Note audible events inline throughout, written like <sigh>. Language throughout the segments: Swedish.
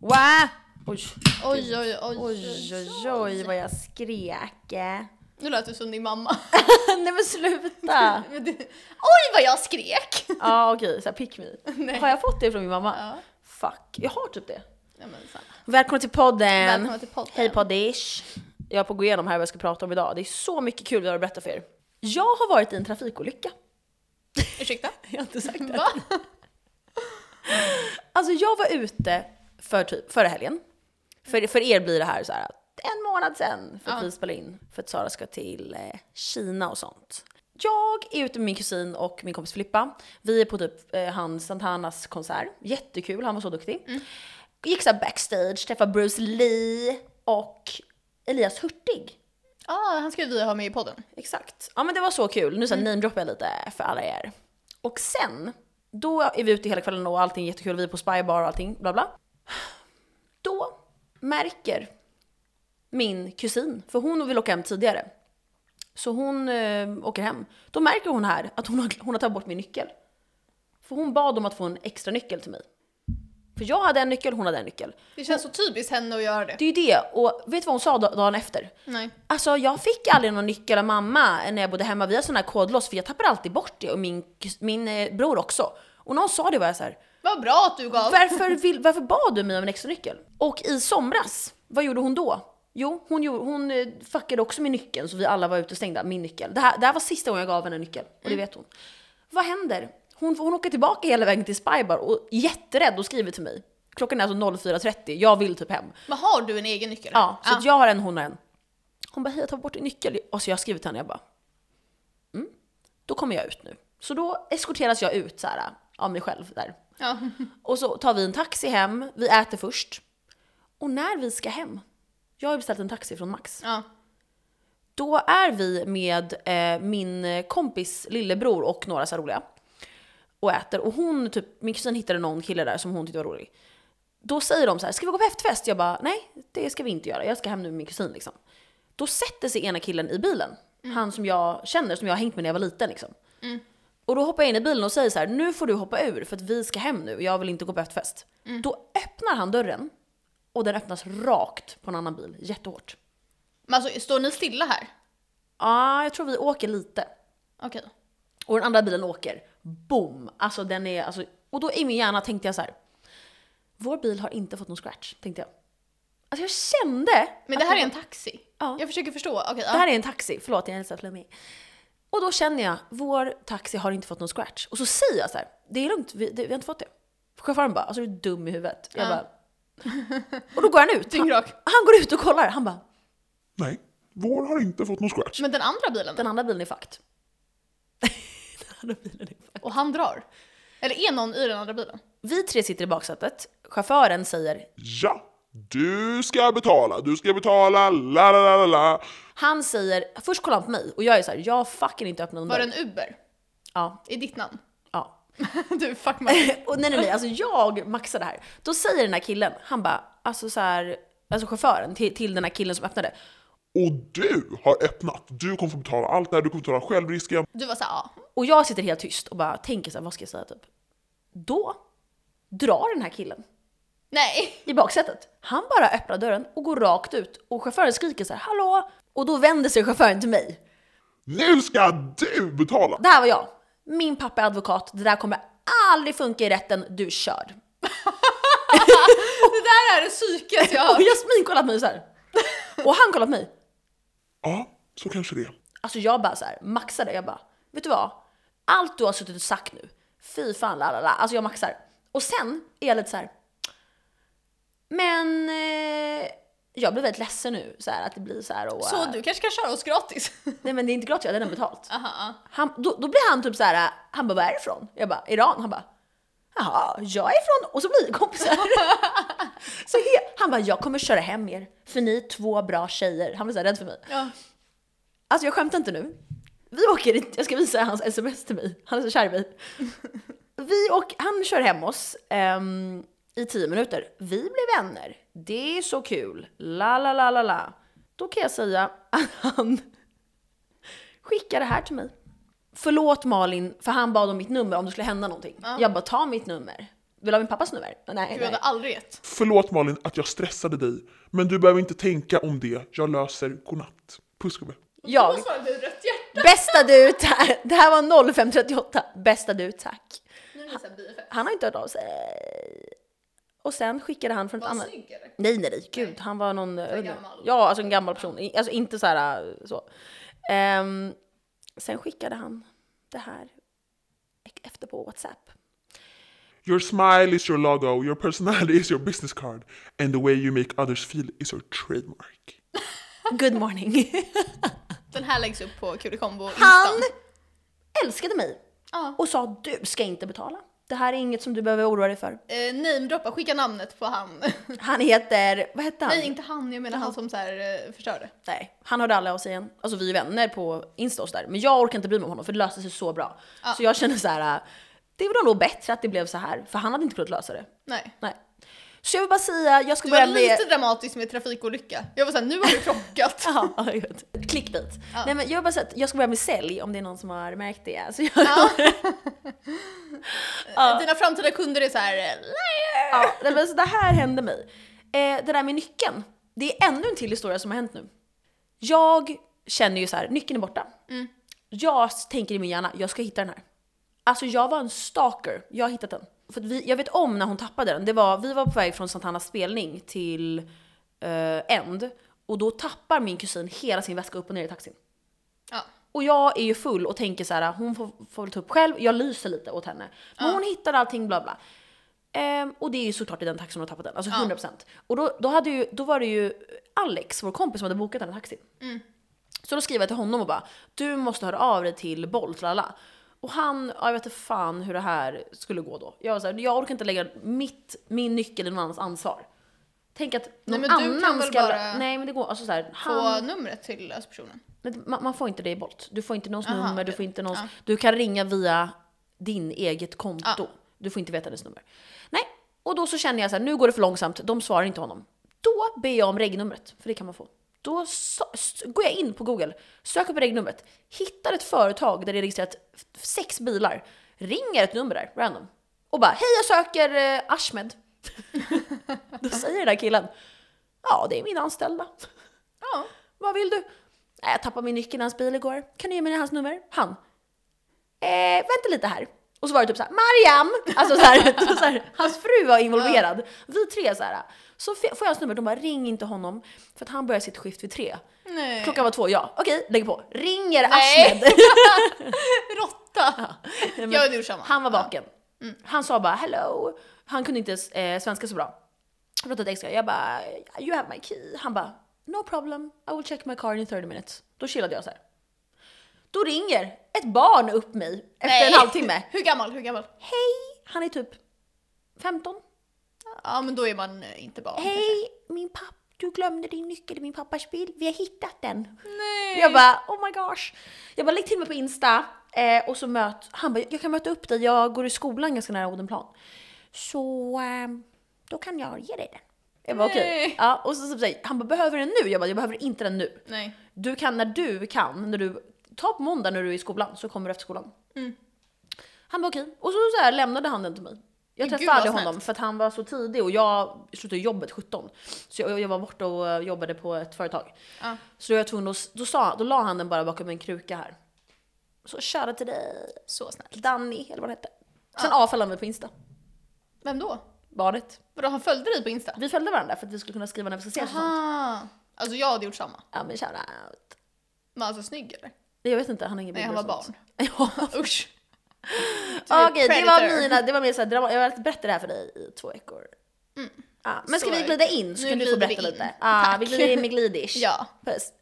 Wow! Oj, Oj, oj, oj. oj, oj, oj, vad jag skrek. eh. Nu lät du som din mamma. Nej men sluta! <laughs> Men det- oj, vad jag skrek! Ja okej, såhär pick me. Nej. Har jag fått det från min mamma? Ja. Fuck, jag har typ det. Ja, men fan. Välkommen till podden! Välkomna till podden. Hej poddish! Jag är på att gå igenom här vad jag ska prata om idag. Det är så mycket kul jag har att berätta för er. Jag har varit i en trafikolycka. Ursäkta? <laughs> Jag har inte sagt det. Va? Alltså jag var ute för typ förra helgen. För, för er blir det här så här en månad sen för att vi spelar in. För att Sara ska till eh, Kina och sånt. Jag är ute med min kusin och min kompis Filippa. Vi är på typ eh, hans Santanas konsert. Jättekul, han var så duktig. Gick så här backstage, träffade Bruce Lee och Elias Hurtig. Ja, Ah, han ska vi ha med i podden. Exakt. Ja men det var så kul. Nu så mm. namedroppar jag lite för alla er. Och sen, då är vi ute hela kvällen och allting är jättekul. Vi är på spybar och allting, bla bla. Då märker min kusin, för hon vill åka hem tidigare. Så hon eh, åker hem. Då märker hon här att hon har, hon har tagit bort min nyckel. För hon bad om att få en extra nyckel till mig. För jag hade en nyckel, hon hade en nyckel. Det känns så typiskt henne att göra det. Det är ju det. Och vet du vad hon sa da- dagen efter? Nej. Alltså jag fick aldrig någon nyckel av mamma när jag bodde hemma. Vi har sådana här kodlås för jag tappar alltid bort det och min, kus- min eh, bror också. Och när hon sa det var jag så här. Vad bra att du gav. Varför, vill, varför bad du mig om en extra nyckel? Och i somras, vad gjorde hon då? Jo, hon, gjorde, hon eh, fuckade också med nyckeln så vi alla var utestängda. Min nyckel. Det här, det här var sista gången jag gav henne en nyckel och det vet hon. Vad händer? Hon, hon åker tillbaka hela vägen till Spybar och är jätterädd och skriver till mig. Klockan är alltså 04.30, jag vill typ hem. Men har du en egen nyckel? Ja, så att jag har en, hon har en. Hon bara, hej jag tar bort din nyckel. Och så jag har skrivit till henne, jag bara, mm, då kommer jag ut nu. Så då eskorteras jag ut så här, av mig själv där. Ja. Och så tar vi en taxi hem, vi äter först. Och när vi ska hem, jag har ju beställt en taxi från Max. ja. Då är vi med eh, min kompis lillebror och några så här roliga. Och äter. Och hon, typ, min kusin hittade någon kille där som hon tyckte var rolig. Då säger de så här, ska vi gå på efterfest? Jag bara, nej det ska vi inte göra. Jag ska hem nu med min kusin liksom. Då sätter sig ena killen i bilen. Han som jag känner, som jag har hängt med när jag var liten liksom. Och då hoppar jag in i bilen och säger så här, nu får du hoppa ur för att vi ska hem nu och jag vill inte gå på efterfest. Då öppnar han dörren. Och den öppnas rakt på en annan bil, jättehårt. Men alltså, står ni stilla här? Ja, jag tror vi åker lite. Okej. Och den andra bilen åker. Boom! Alltså den är, alltså, och då i min hjärna tänkte jag så här. Vår bil har inte fått någon scratch, tänkte jag. Alltså jag kände... Men att det här är var- en taxi? Ja. Jag försöker förstå. Okej, Det ja. här är en taxi, förlåt jag är så flummig. Och då känner jag, vår taxi har inte fått någon scratch. Och så säger jag så här, det är lugnt, vi, det, vi har inte fått det. Chauffören bara, alltså du är dum i huvudet. Jag Ja. bara, <laughs> och då går han ut. Han, Dyngrak. han går ut och kollar, han bara, Nej, vår har inte fått någon scratch. Men den andra bilen den andra bilen är fucked. <laughs> den andra bilen är fucked. Och han drar? Eller är någon i den andra bilen? Vi tre sitter i baksätet, chauffören säger, Ja, du ska betala, du ska betala, la la la la la. Han säger, först kollar han på mig och jag är så här, jag har fucking inte öppnat någon Var det dörr. en Uber? Ja, I ditt namn? ja. <laughs> <laughs> du, fuck mig. Och nej nej nej, alltså jag maxar det här. Då säger den här killen, han bara, alltså så här, alltså chauffören till, till den här killen som öppnade. Och du har öppnat, du kommer få betala allt det här, du kommer betala självrisken. Du var såhär, ja. Och jag sitter helt tyst och bara tänker så här, vad ska jag säga typ? Då drar den här killen Nej. i baksätet. Han bara öppnar dörren och går rakt ut och chauffören skriker så här, hallå! Och då vänder sig chauffören till mig. Nu ska du betala! Det här var jag. Min pappa är advokat, det där kommer aldrig funka i rätten, du kör. <laughs> Det där är det psyket jag har. Och Jasmin kollar på mig så här. Och han kollar på mig. Ja, så kanske det. Alltså jag bara så här, maxade. Jag bara, vet du vad? Allt du har suttit och sagt nu, fy fan la la la. Alltså jag maxar. Och sen är jag lite så här. Men eh, jag blir väldigt ledsen nu så här att det blir så här och... Så eh, du kanske kan köra oss gratis? Nej men det är inte gratis, jag har redan betalt. <laughs> Aha. Han, då, då blir han typ så här, han bara, var är du ifrån? Jag bara, Iran. Han bara, jaha, jag är ifrån... Och så blir vi kompisar. så he- han bara, jag kommer köra hem er, för ni är två bra tjejer. Han var så här rädd för mig. Ja. Alltså jag skämtar inte nu. Vi åker, dit- jag ska visa hans sms till mig, han är så kär i mig. Vi och, han kör hem oss ehm, i tio minuter. Vi blir vänner, det är så kul, la la la la la. Då kan jag säga att han skickar det här till mig. Förlåt Malin, för han bad om mitt nummer om det skulle hända någonting. Jag bara, ta mitt nummer. Vill du ha min pappas nummer? Nej, Du hade nej. aldrig gett. Förlåt Malin att jag stressade dig, men du behöver inte tänka om det. Jag löser godnatt. Puss gubbe. Jag. Då sa du rött hjärta. Bästa du, ta- det här var 0538. Bästa du, tack. Nu är det såhär bieffekt. Han har inte hört av sig. Och sen skickade han från ett Vad annat... snygg eller? Nej, nej, nej, gud. Han var någon... en gammal. Ja, alltså en gammal person. I- Alltså inte så här äh, så. Ehm, sen skickade han det här e- efter på <laughs> WhatsApp. Your smile is your logo, your personality is your business card, and the way you make others feel is your trademark. Good <laughs> morning. Den här läggs upp på Kulikombo. Han älskade mig Ja. och sa du ska inte betala. Det här är inget som du behöver oroa dig för. Eh, Namedroppa, skicka namnet på <laughs> han. Han heter, vad hette han? Nej inte han, jag menar han som så här eh, förstörde. Nej, han hörde alla av sig igen. Alltså vi är vänner på Insta och sådär. Men jag orkar inte bry mig om honom för det löste sig så bra. Så jag känner så här. äh, det var nog bättre att det blev så här. För han hade inte kunnat lösa det. Nej. Nej. Så jag vill bara säga, jag ska Du börja var med... lite dramatisk med trafikolycka. Jag var såhär, nu har du <laughs> krockat. <laughs> Ja, jag vet. Clickbait. Nej, men jag vill bara säga att jag ska börja med sälj om det är någon som har märkt det. Så jag... Eh, Dina framtida kunder är såhär, eh, liar! Ja, nej, men så det här hände mig. Eh, det där med nyckeln. Det är ännu en till historia som har hänt nu. Jag känner ju så här, nyckeln är borta. Jag tänker i min hjärna, jag ska hitta den här. Alltså jag var en stalker, jag har hittat den. För att vi, jag vet om när hon tappade den, det var, vi var på väg från Santanas spelning till eh, End. Och då tappar min kusin hela sin väska upp och ner i taxin. Ja. Och jag är ju full och tänker så här, hon får, får väl ta upp själv, jag lyser lite åt henne. Men hon hittar allting bla bla. Ehm, och det är ju såklart i den taxin hon har tappat den, alltså 100%. Och då, då, hade ju, då var det ju Alex, vår kompis, som hade bokat den här taxin. Mm. Så då skriver jag till honom och bara, du måste höra av dig till Bolt, lala. Och han, ja, jag vet inte fan hur det här skulle gå då. Jag var så här, jag orkar inte lägga mitt, min nyckel i någon annans ansvar. Tänk att någon men du kan annan väl ska... bara Nej men det går, alltså så här, På han... numret till löspersonen. Men man, man får inte det i Bolt. Du får inte någons Aha, nummer, du det- får inte någons... Du kan ringa via din eget konto. Ja. Du får inte veta dess nummer. Nej, och då så känner jag så här, nu går det för långsamt, de svarar inte honom. Då ber jag om regnumret, för det kan man få. Då så, s- går jag in på Google, söker på regnumret, hittar ett företag där det är registrerat f- sex bilar, ringer ett nummer där, random, och bara “Hej, jag söker eh, Ashmed”. <laughs> då säger den där killen “Ja, det är min anställda”. Ja. Vad vill du? "Nej, Jag tappade min nyckel i hans bil igår. Kan du ge mig hans nummer? Han. Eh, vänta lite här. Och så var det typ såhär, Mariam! Alltså såhär, så här, <laughs> hans fru var involverad. Vi tre såhär. Så f- får jag hans nummer, de bara ring inte honom. För att han börjar sitt skift vid tre. Nej. Klockan var två, ja. Okej, lägg på. Ringer Nej. Ahmed. <laughs> Råtta! Men <laughs> Jag hade gjort samma. Han var vaken. Mm. Han sa bara hello. Han kunde inte eh, svenska så bra. Jag pratade engelska. Jag bara you have my key. Han bara no problem. I will check my car in 30 minutes. Då chillade jag så här. Då ringer ett barn upp mig efter en <laughs> halvtimme. <laughs> Hur gammal? Hur gammal? Hej! Han är typ 15. Ja men då är man eh, inte barn. Hej! Min pappa, du glömde din nyckel i min pappas bil. Vi har hittat den. Nej. Jag bara oh my gosh. Jag bara lägg till mig på Insta eh, och så möt, han bara jag kan möta upp dig, jag går i skolan ganska nära Odenplan. Så ehm, då kan jag ge dig den. Jag bara okej. Nej. Ja, och så, så, säger- han bara behöver den nu? Jag bara jag behöver inte den nu. Nej. Du kan när du kan, när du, ta på måndag när du är i skolan så kommer du efter skolan. Mm. Han bara okej. Och så, så här, lämnade han den till mig. Jag Gud, träffade aldrig vad snällt. honom för att han var så tidig och jag slutade jobbet 17. Så jag, jag var borta och eh, jobbade på ett företag. Ja. Så då, var jag tvungen att, då, sa, då la han den bara bakom en kruka här. Så köra till dig, Så snäll. Danny eller vad det hette. Sen avföljde han mig på Insta, Vem då? barnet. Vadå han följde dig på Insta? Vi följde varandra för att vi skulle kunna skriva när vi ska ses och sånt. Aha. Alltså jag hade gjort samma. Ja men shoutout. Men alltså snygg eller? Nej, Jag vet inte, han har ingen Nej, bild han och var sånt. <laughs> Ja, <laughs> Usch. Du är Okej, det var typ predator. mina, det var mer såhär drama, jag har berättat det här för dig i två veckor. Ja, men ska Mm. Så vi är det. glida in så Nu kan du få glider vi berätta in. lite. Ja, vi Tack. glider in med glidish. <laughs> Ja. Puss.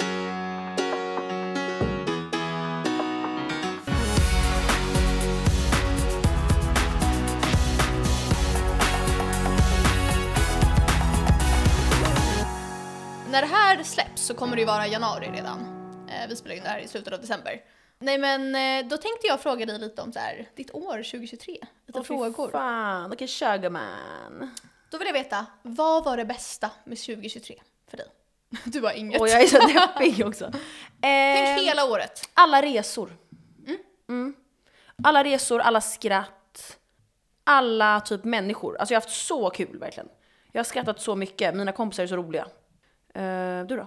När det här släpps så kommer det ju vara januari redan. Eh, vi spelar in det här i slutet av december. Nej men eh, då tänkte jag fråga dig lite om så här, ditt år 2023. Lite Åh, fy frågor. Fan, okej kör gumman. Då vill jag veta, vad var det bästa med 2023 för dig? <laughs> Du har inget. Och jag är så deppig också. Eh, Tänk hela året. Mm. Alla resor. Mm. Alla resor, alla skratt. alla typ människor. Alltså jag har haft så kul verkligen. Jag har skrattat så mycket, mina kompisar är så roliga. Eh, du då?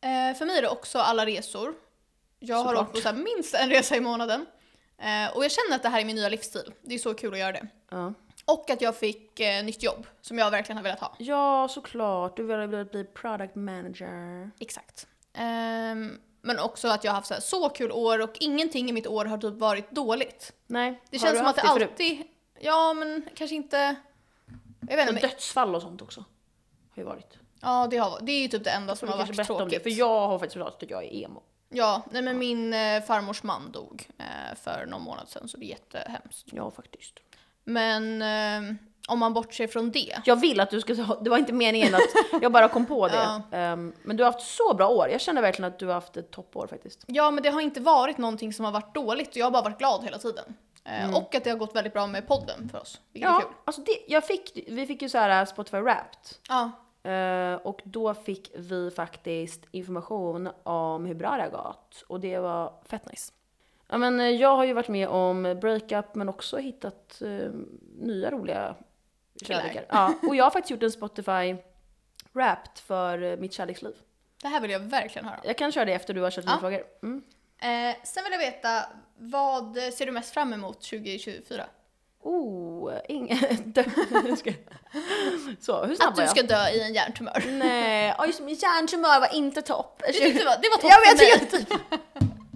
Eh, för mig är det också alla resor. Jag har Såklart. åkt på så här minst en resa i månaden. Eh, och jag känner att det här är min nya livsstil. Det är så kul att göra det. Ja. Och att jag fick eh, nytt jobb som jag verkligen har velat ha. Ja, såklart. Du vill vill bli product manager. Exakt. Ehm, men också att jag har haft så, här, så kul år och ingenting i mitt år har typ varit dåligt. Nej, Det har känns du som att haft det förut? alltid... Ja, men kanske inte... Jag vet inte. Och Men, dödsfall och sånt också. Har ju varit. ja, det, har, det är ju typ det enda som Vi har kanske varit berättar tråkigt. om det, för jag har faktiskt pratat att jag är emo. Ja, nej men min eh, farmors man dog eh, för någon månad sedan så det är jättehemskt. Ja, faktiskt. Men eh, om man bortser från det. Jag vill att du ska ta, det var inte meningen <laughs> att jag bara kom på det. Ehm, men du har haft så bra år. Jag känner verkligen att du har haft ett toppår faktiskt. Ja, men det har inte varit någonting som har varit dåligt och jag har bara varit glad hela tiden. Eh, Och att det har gått väldigt bra med podden för oss, vilket är Mm. Ja, kul. alltså det, jag fick, vi fick ju så här äh, Spotify Wrapped. Ja, Eh, och då fick vi faktiskt information om hur bra det har gått. Och det var fett nice. Ja, men, eh, jag har ju varit med om breakup men också hittat eh, nya roliga Killar. kärlekar. Ja, och jag har faktiskt gjort en Spotify Wrapped för eh, mitt kärleksliv. det här vill jag verkligen höra. Jag kan köra det efter du har kört dina Ja. frågor. Mm. Eh, sen vill jag veta, vad ser du mest fram emot 2024? Oh, ing- <laughs> dö- Nu ska jag- Så, hur snabb Att var du jag? ska dö i <laughs> en hjärntumör. Nej, ja, just det, min hjärntumör var inte <laughs> topp. Du tyckte det var, det var toppen Ja, men jag med- tycker typ.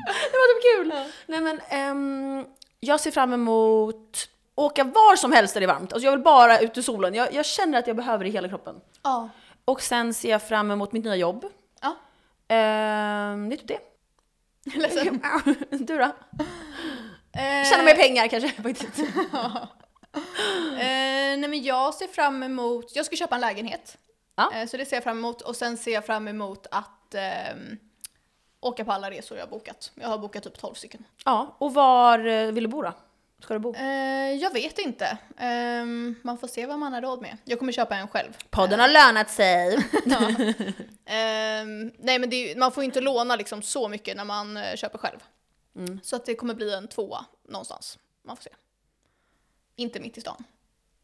Det var typ kul. Nej men, ehm, jag ser fram emot åka var som helst där det är varmt. Alltså jag vill bara ut i solen. Jag, jag känner att jag behöver det i hela kroppen. Ja. Och sen ser jag fram emot mitt nya jobb. Ja. Ehm, det är typ det. <laughs> Ledsen. Du då? Eh, Tjäna mer pengar kanske <laughs> faktiskt. Eh, nej men jag ser fram emot, jag ska köpa en lägenhet. Ja. Eh, så det ser jag fram emot och sen ser jag fram emot att ehm, åka på alla resor jag har bokat. Jag har bokat typ 12 stycken. Ja, och var eh, vill du bo då? Ska du bo? Eh, jag vet inte. Ehm, man får se vad man har råd med. Jag kommer köpa <laughs> en själv. Podden har lönat <laughs> sig. Mm. Ehm, nej men det är, ju- man får ju inte låna liksom så mycket när man eh, köper själv. Mm. Så att det kommer bli en tvåa någonstans. Man får se. Inte mitt i stan.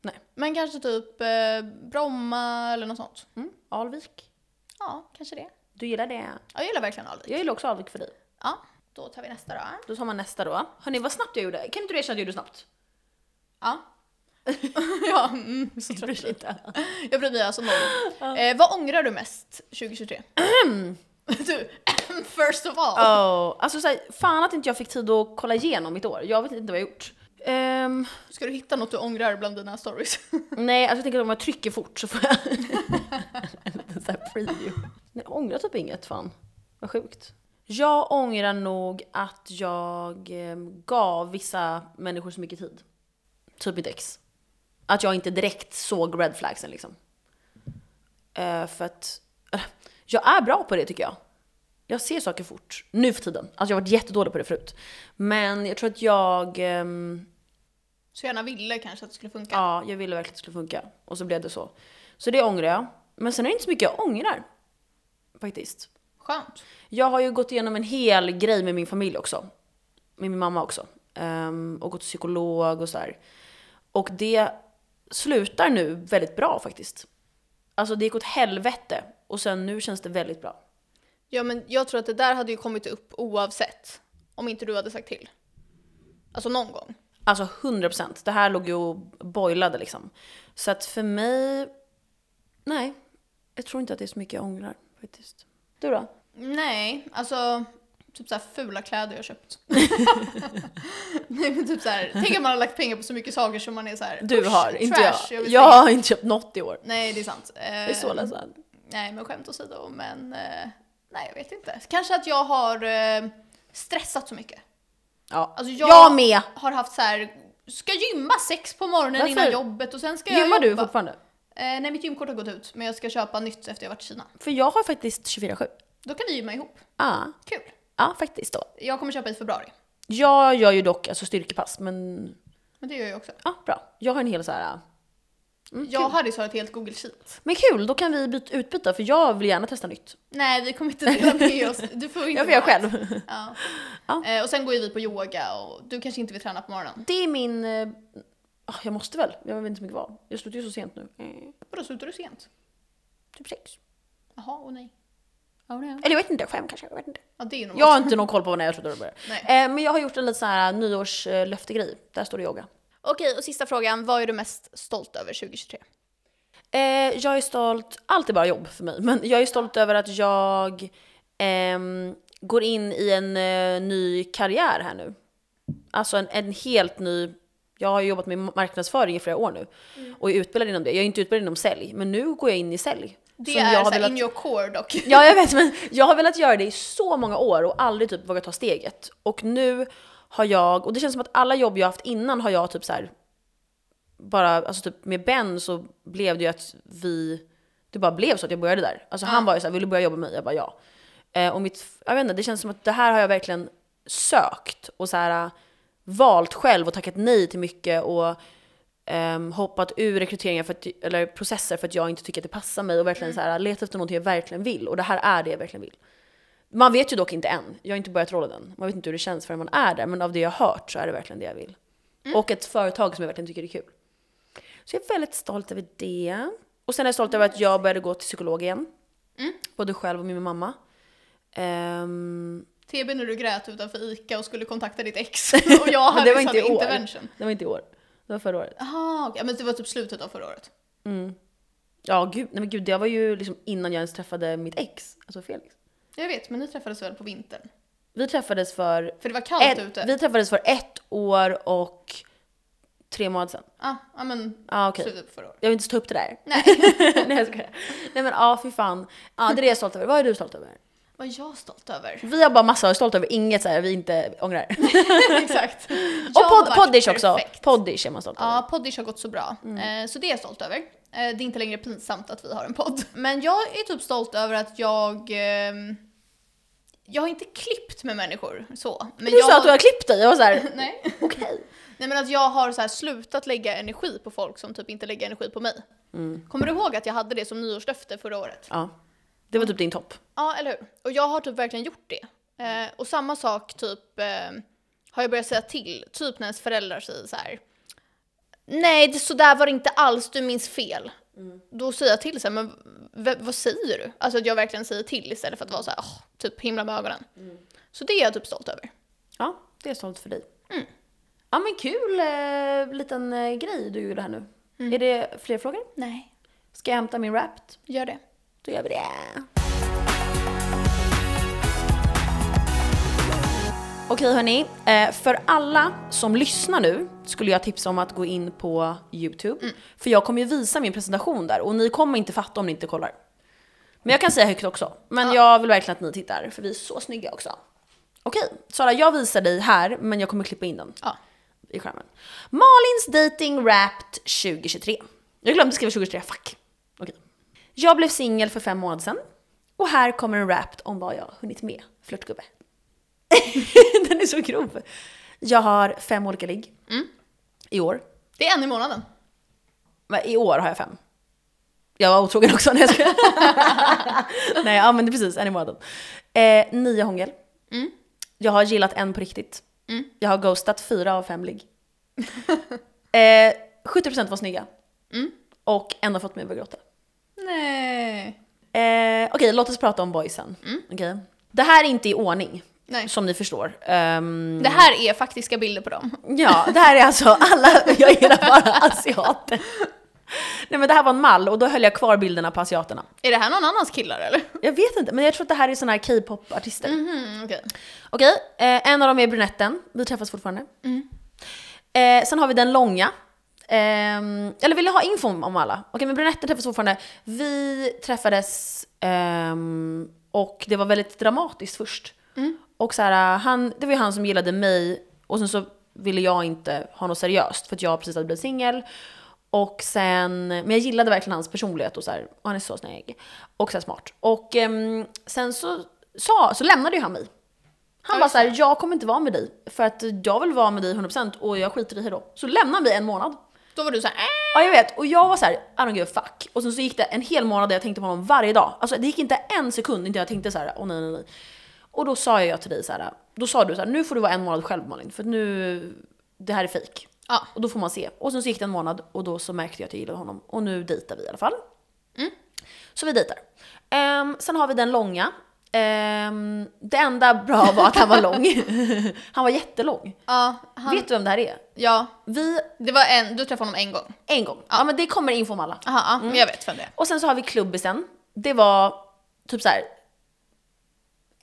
Nej. Men kanske typ eh, Bromma eller något sånt. Mm, Alvik. Ja, kanske det. Du gillar det? Ja, jag gillar verkligen Alvik. Jag gillar också Alvik för dig. Ja, då tar vi nästa då. Då tar man nästa då. Hörni, vad snabbt jag gjorde. Kan inte du erkänna att jag gjorde snabbt? <laughs> Ja. ja, mm, så trött. Shit. Jag bryr mig alltså noll. Eh, vad ångrar du mest 2023? <laughs> du, first of all. Oh, alltså såhär, fan att inte jag fick tid att kolla igenom mitt år. Jag vet inte vad jag gjort. Ehm, Ska du hitta något du ångrar bland dina stories? <laughs> nej, alltså jag tänker att om jag trycker fort så får jag en liten såhär preview. Nej, jag ångrar typ inget fan. Vad sjukt. Jag ångrar nog att jag ehm, gav vissa människor så mycket tid. Typ mitt ex. Att jag inte direkt såg red flagsen liksom. Eh, för att eller, jag är bra på det tycker jag. Jag ser saker fort. Nu för tiden. Alltså jag har varit jättedålig på det förut. Men jag tror att jag... ehm, Så gärna ville kanske att det skulle funka. Ja, jag ville verkligen att det skulle funka. Och så blev det så. Så det ångrar jag. Men sen är det inte så mycket jag ångrar. Faktiskt. Skönt. Jag har ju gått igenom en hel grej med min familj också. Med min mamma också. Ehm, och gått till psykolog och sådär. Och det slutar nu väldigt bra faktiskt. Alltså det gick åt helvete. Och sen nu känns det väldigt bra. Ja, men jag tror att det där hade ju kommit upp oavsett. Om inte du hade sagt till. Alltså någon gång. Alltså 100%. Det här låg ju och boilade liksom. Så att för mig... Nej. Jag tror inte att det är så mycket jag ångrar faktiskt. Du då? Nej, alltså typ så här fula kläder <laughs> jag köpt. <laughs> Nej men typ så här, tänk att man har lagt pengar på så mycket saker som man är så här. Du "Usch, har, inte jag. trash, jag Jag, vill har inte köpt något i år. Nej, det är sant. Eh, Jag är så ledsen. Nej, men skämt åsido, men eh, nej, jag vet inte. Kanske att jag har eh, stressat så mycket. Ja. Alltså jag, jag, med! har haft så här ska gymma sex på morgonen Varför? innan jobbet och sen ska jag Gymmar du jobba. fortfarande? Eh, nej, mitt gymkort har gått ut, men jag ska köpa nytt efter jag varit i Kina. För jag har faktiskt 24-7. Då kan vi gymma ihop. Ja, Kul. ja faktiskt då. Jag kommer köpa i februari, Jag gör ju dock alltså, styrkepass, men men det gör jag också. ja, bra. Jag har en hel så här... Mm, jag och Harris har ett helt Google Sheet. Men kul, då kan vi byt, utbyta för jag vill gärna testa nytt. Nej, vi kommer inte dela med oss. <laughs> Du får inte Jag får göra vara med. själv. <laughs> Ja. Ja. Eh, och sen går ju vi på yoga och du kanske inte vill träna på morgonen. Det är min eh, Ah, jag måste väl, jag har väl inte så mycket val. Jag slutar ju så sent nu. Mm. Vadå, slutar du sent? Typ sex. Jaha, och nej. Oh, nej. Eller jag vet inte, fem kanske. Jag vet inte. Ja, det är ju normalt. Jag har inte någon koll på när jag slutade börja. Nej. Eh, men jag har gjort en liten sån här nyårslöftegrej. Där står det yoga. Okej, och sista frågan. Vad är du mest stolt över 2023? Eh, jag är stolt, allt är bara jobb för mig, men jag är stolt över att jag ehm, går in i en eh, ny karriär här nu. Alltså en, en helt ny, jag har ju jobbat med marknadsföring i flera år nu Mm. och är utbildad inom det. Jag är inte utbildad inom sälj, men nu går jag in i sälj. Det Som är jag har såhär velat- in your core dock. <laughs> <laughs> Ja, jag vet, men jag har velat göra det i så många år och aldrig typ vågat ta steget. Och nu har jag, och det känns som att alla jobb jag haft innan har jag typ så här bara, alltså typ med Ben så blev det ju att vi, det bara blev så att jag började där. Alltså han var ju såhär, vill du börja jobba med mig? Jag bara ja. Eh, och mitt, jag vet inte, det känns som att det här har jag verkligen sökt och så här eh, valt själv och tackat nej till mycket och ehm, hoppat ur rekryteringar för att, eller processer för att jag inte tycker att det passar mig och verkligen så här letat efter någonting jag verkligen vill och det här är det jag verkligen vill. Man vet ju dock inte än, jag har inte börjat rollen än. Man vet inte hur det känns förrän man är där men av det jag har hört så är det verkligen det jag vill. Och ett företag som jag verkligen tycker är kul. Så jag är väldigt stolt över det. Och sen är jag stolt över att jag började gå till psykolog igen. Både själv och med min mamma. Ehm, TB när du grät utanför ICA och skulle kontakta ditt <laughs> ex och jag men hade det var inte i sån år. intervention. Det var inte i år. Det var förra året. Jaha, okej. ja, men det var typ slutet av förra året. Ja, gud, nej men gud, det var ju liksom innan jag ens träffade mitt ex, alltså Felix. Jag vet, men ni träffades väl på vintern? Vi träffades för, För det var kallt ett, ute. vi träffades för ett år och tre månader sedan. Ah, ja, men Ah, okej. slutet på förra året. Jag vill inte ta upp det där. <laughs> Nej. <laughs> nej, jag skojar. Nej men ja, fy fan. Ja, det är det jag är stolt över. Vad är du stolt över? Vad är jag stolt över? Vi har bara massa jag är stolt över, inget så här, vi inte <laughs> ångrar. Exakt. Jag Och har podd, varit poddish också. perfekt. Poddish är man stolt över. Ja, poddish har gått så bra. Eh, Så det är jag stolt över. Eh, Det är inte längre pinsamt att vi har en podd. <laughs> Men jag är typ stolt över att jag... ehm, Jag har inte klippt med människor så. Men Du jag sa att du har klippt dig, jag var <laughs> såhär, Nej. okej. Nej men att jag har så här slutat lägga energi på folk som typ inte lägger energi på mig. Kommer du ihåg att jag hade det som nyårslöfte förra året? Ja. Det var typ din topp. Ja, eller hur? Och jag har typ verkligen gjort det. Eh, och samma sak typ eh, har jag börjat säga till, typ när ens föräldrar säger så här. Nej, det, så där var det inte alls, du minns fel. Då säger jag till så här, men v- vad säger du? Alltså att jag verkligen säger till istället för att vara så här, "Åh", typ himla med ögonen. Så det är jag typ stolt över. Ja, det är stolt för dig. Mm. Ja men kul eh, liten eh, grej du gjorde här nu. Mm. Är det fler frågor? Nej, Ska jag hämta min Wrapped? gör det. Då gör vi det. Okej hörni, eh, för alla som lyssnar nu skulle jag tipsa om att gå in på YouTube. För jag kommer ju visa min presentation där och ni kommer inte fatta om ni inte kollar. Men jag kan säga högt också. Men jag vill verkligen att ni tittar för vi är så snygga också. Okej, Sara jag visar dig här men jag kommer klippa in den Ja. i skärmen. Malins dating wrapped 2023. Jag glömde skriva 2023, fuck. Okej. Jag blev singel för fem månader sedan. Och här kommer en wrapped om vad jag hunnit med. Flörtgubbe. <laughs> Den är så grov. Jag har fem olika ligg. I år. Det är en i månaden. Men I år har jag fem. Jag var otrogen också när jag skulle. Nej, ja men det är precis, en i månaden. Eh, nio hångel. Jag har gillat en på riktigt. Jag har ghostat fyra av fem ligg. Eh, 70% var snygga. Och en har fått mig att börja gråta. Nej. Eh, Okej, låt oss prata om boysen. Okej. Det här är inte i ordning, Nej. som ni förstår. Ehm, Det här är faktiska bilder på dem. Ja, det här är alltså alla, jag gillar bara asiater. Nej men det här var en mall och då höll jag kvar bilderna på asiaterna. Är det här någon annans killar eller? Jag vet inte, men jag tror att det här är såna här K-pop-artister. Mm, okej. Okej, eh, en av dem är brunetten. Vi träffas fortfarande. Eh, sen har vi den långa. Ehm, eller vill du ha info om alla? Okej, men brunetten träffas fortfarande. Vi träffades ehm, och det var väldigt dramatiskt först. Och så här, han, det var ju han som gillade mig och sen så ville jag inte ha något seriöst för att jag precis hade blivit singel. Och sen, men jag gillade verkligen hans personlighet och så här, och han är så snygg. Och så här smart. Och ehm, sen så, sa, så lämnade ju han mig. Han bara såhär, jag kommer inte vara med dig för att jag vill vara med dig 100% och jag skiter i hejdå. Så lämna mig en månad. Då var du såhär, äh, Ja jag vet, och jag var såhär, I don't give a fuck. Och sen så gick det en hel månad där jag tänkte på honom varje dag. Alltså det gick inte en sekund inte jag tänkte såhär, åh nej nej nej. Och då sa jag till dig såhär, då sa du såhär, nu får du vara en månad själv Malin för att nu, det här är fejk. Ja. Och då får man se. Och sen så gick det en månad och då så märkte jag att jag gillade honom. Och nu dejtar vi i alla fall. Mm. Så vi dejtar. Ehm, sen har vi den långa. Ehm, det enda bra var att han var lång. <laughs> han var jättelång. Ja, han, Vet du vem det här är? ja. Vi, Det var en, du träffade honom en gång. en gång. Ja men det kommer info om alla. Aha, ja, men jag vet vem det är. Och sen så har vi klubbisen. Det var typ så här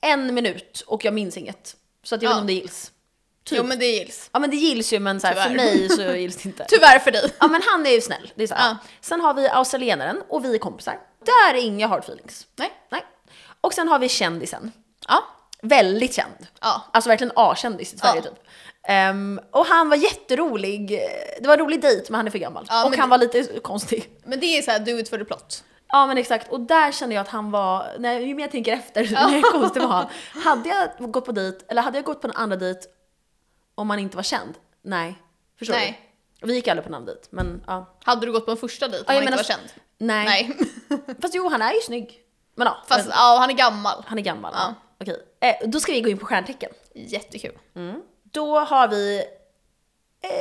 en minut och jag minns inget. Så att jag vet Ja. inte om det gills. Jo men det gills. Ja men det gills ju men så här, för Tyvärr. mig så gills det <laughs> inte. <laughs> Tyvärr för dig. Ja men han är ju snäll. Det är så här. Ja. Sen har vi australienaren och vi är kompisar. Där är inga hard feelings. Nej. Nej. Och sen har vi kändisen. Ja. Väldigt känd. Ja. Alltså verkligen A-kändis i Sverige Ja. typ. Ehm, och han var jätterolig. Det var en rolig dejt men han är för gammal. Ja, och men han det- var lite konstig. Men det är så här do it for the plot. Ja men exakt, och där känner jag att han var, när, ju mer jag tänker efter, hur mer konstig var han. Hade jag gått på dejt, eller hade jag gått på en andra dejt om man inte var känd? Nej. Förstår Nej. du? Vi gick aldrig på en andra dejt, men ja. Hade du gått på en första dejt om Ja, jag han inte menar- var känd? Nej. Nej. <laughs> Fast jo, han är ju snygg. Men ja, Fast men, ja, han är gammal. han är gammal. Ja. Ja. Okej, eh, då ska vi gå in på stjärntecken. Jättekul. Då har vi eh,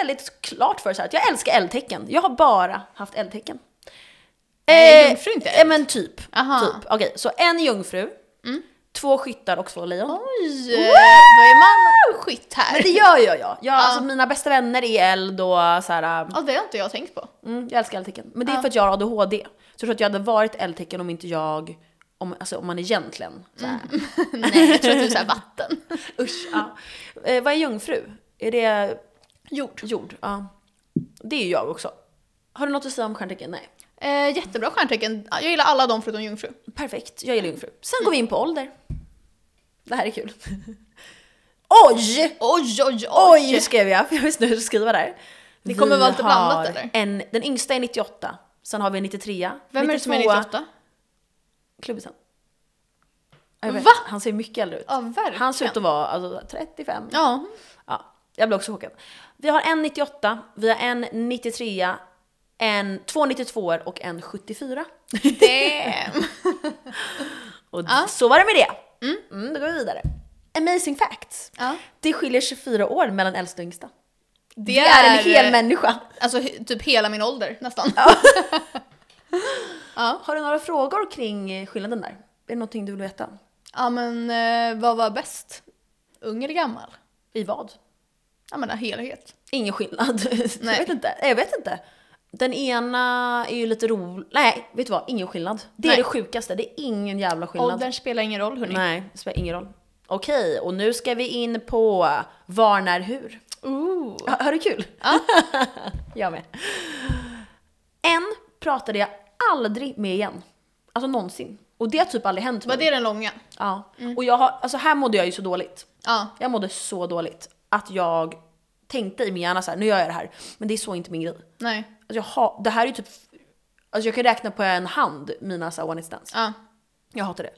väldigt klart för oss här att jag älskar eldtecken. Jag har bara haft eldtecken. Är jungfru inte eh, eld? men typ. Aha. Mm. typ. Okej, så en jungfru, två skyttar och två lejon. Oj, eh, då är man skit här. Men det gör jag, <laughs> jag. jag alltså, mina bästa vänner är eld och så här, eh, Ja, det har inte jag tänkt på. mm, jag älskar eldtecken. Men det är för att jag har ADHD. Så jag tror att jag hade varit eldtecken om inte jag, om, alltså, om man egentligen så Mm, här, Nej, jag tror att du är såhär vatten. usch. Ja. Eh, vad är jungfru? Är det Jord. jord? Ja. Det är ju jag också. Har du något att säga om stjärntecken? Nej. Eh, jättebra stjärntecken. Ja, Jag gillar alla dem förutom jungfru. Perfekt, jag gillar jungfru. Sen går vi in på ålder. Det här är kul. <laughs> Oj! Oj, oj, Oj oj! skrev jag, <laughs> för jag visste inte hur jag skulle skriva där. Det kommer Vi vara lite blandat, har eller? En, den yngsta är 98, sen har vi en 93 Vem är det som är 92, 98? Klubbisen. Ja, jag vet. Va? Han ser mycket äldre ut. Ja, verkligen. Han ser ut att vara alltså, 35. Ja. Ja. jag blev också chockad. Vi har en 98, vi har en 93, en, två 92 och en <laughs> 74. <laughs> Damn. Och så var det med det. Mm. då går vi vidare. Amazing facts. Ja. Det skiljer 24 år mellan äldsta och yngsta. Det, Det är, en hel människa. Alltså hy- typ hela min ålder nästan. Har du några frågor kring eh, skillnaden där? Är det någonting du vill veta? <laughs> Ja men eh, vad var bäst? Ung eller gammal? I vad? Jag menar helhet. Ingen skillnad. <laughs> jag Nej. vet inte. Jag vet inte. Den ena är ju lite rolig. Nej, vet du vad? Ingen skillnad. Det är Nej. det sjukaste. Det är ingen jävla skillnad. Åldern spelar ingen roll hörni. Nej, det spelar ingen roll. Okej, och nu ska vi in på var, när, hur. Ooh. Har, har du kul? <laughs> jag med. En pratade jag aldrig med igen. Alltså någonsin. Och det har typ aldrig hänt Var mig. det den långa? Ja. Och jag har, alltså här mådde jag ju så dåligt. Ja. Jag mådde så dåligt att jag tänkte i min hjärna så här, nu gör jag det här. Men det är så inte min grej. Nej. Alltså jag ha, det här är ju typ, alltså jag kan räkna på en hand mina så här one night stands. Ja. Jag hatar det.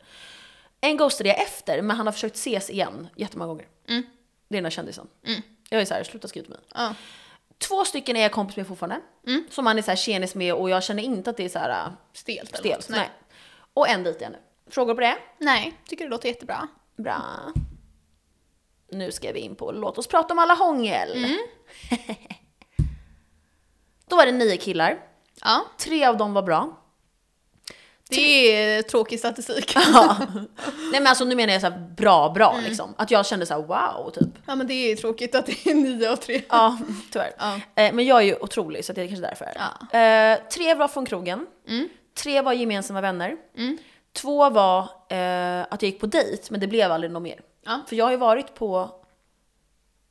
En ghostade jag efter, men han har försökt ses igen jättemånga gånger. Det är den här kändisen. Jag är så här, sluta skriva till mig. Ja. Två stycken är jag kompis med fortfarande. Som man är så här tjenis med och jag känner inte att det är så här äh, Stelt eller stelt. något. Nej. Och en dejtar jag nu. Frågor på det? Nej, tycker det låter jättebra. Bra. Nu ska vi in på låt oss prata om alla hångel. <laughs> Då var det nio killar. Ja. Tre av dem var bra. Det är <laughs> tråkig statistik. Nej men alltså nu menar jag så här bra bra liksom. Att jag kände så här wow typ. Ja men det är tråkigt att det är nio av tre. Ja, <laughs> tyvärr. Ja. Eh, Men jag är ju otrolig så det är kanske därför. Ja. Mm. Eh, tre var från krogen. Tre var gemensamma vänner. Två var eh, att jag gick på dejt men det blev aldrig något mer. Ja. För jag har ju varit på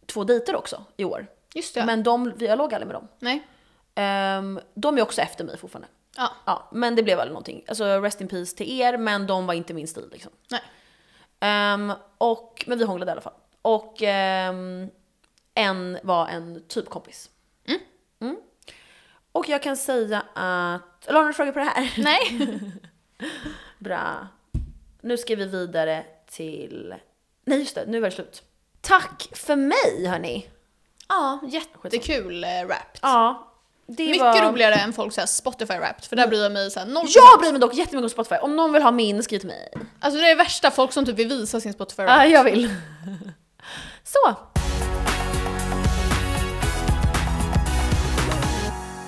två dejter också i år. Just det. ja. Men de, jag låg aldrig med dem. Nej. Ehm, de är också efter mig fortfarande. Ja. Ja, men det blev aldrig någonting. Alltså rest in peace till er, men de var inte min stil liksom. Nej. Ehm, och, men vi hånglade i alla fall. Och ehm, en var en typ kompis. Mm. Och jag kan säga att... Eller har du några frågor på det här? <laughs> Nej. Bra. Nu ska vi vidare till... Nej just det, nu var det slut. Tack för mig hörni! Ja, jättekul eh, rap. Ja, det Mycket var... Mm. roligare än folk såhär spotify rapt för där bryr jag mig såhär noll Jag bryr mig dock jättemycket om Spotify. Om någon vill ha min, skriv till mig. Alltså det är det värsta, folk som typ vill visa <laughs> sin spotify Ja, rap jag vill. Så.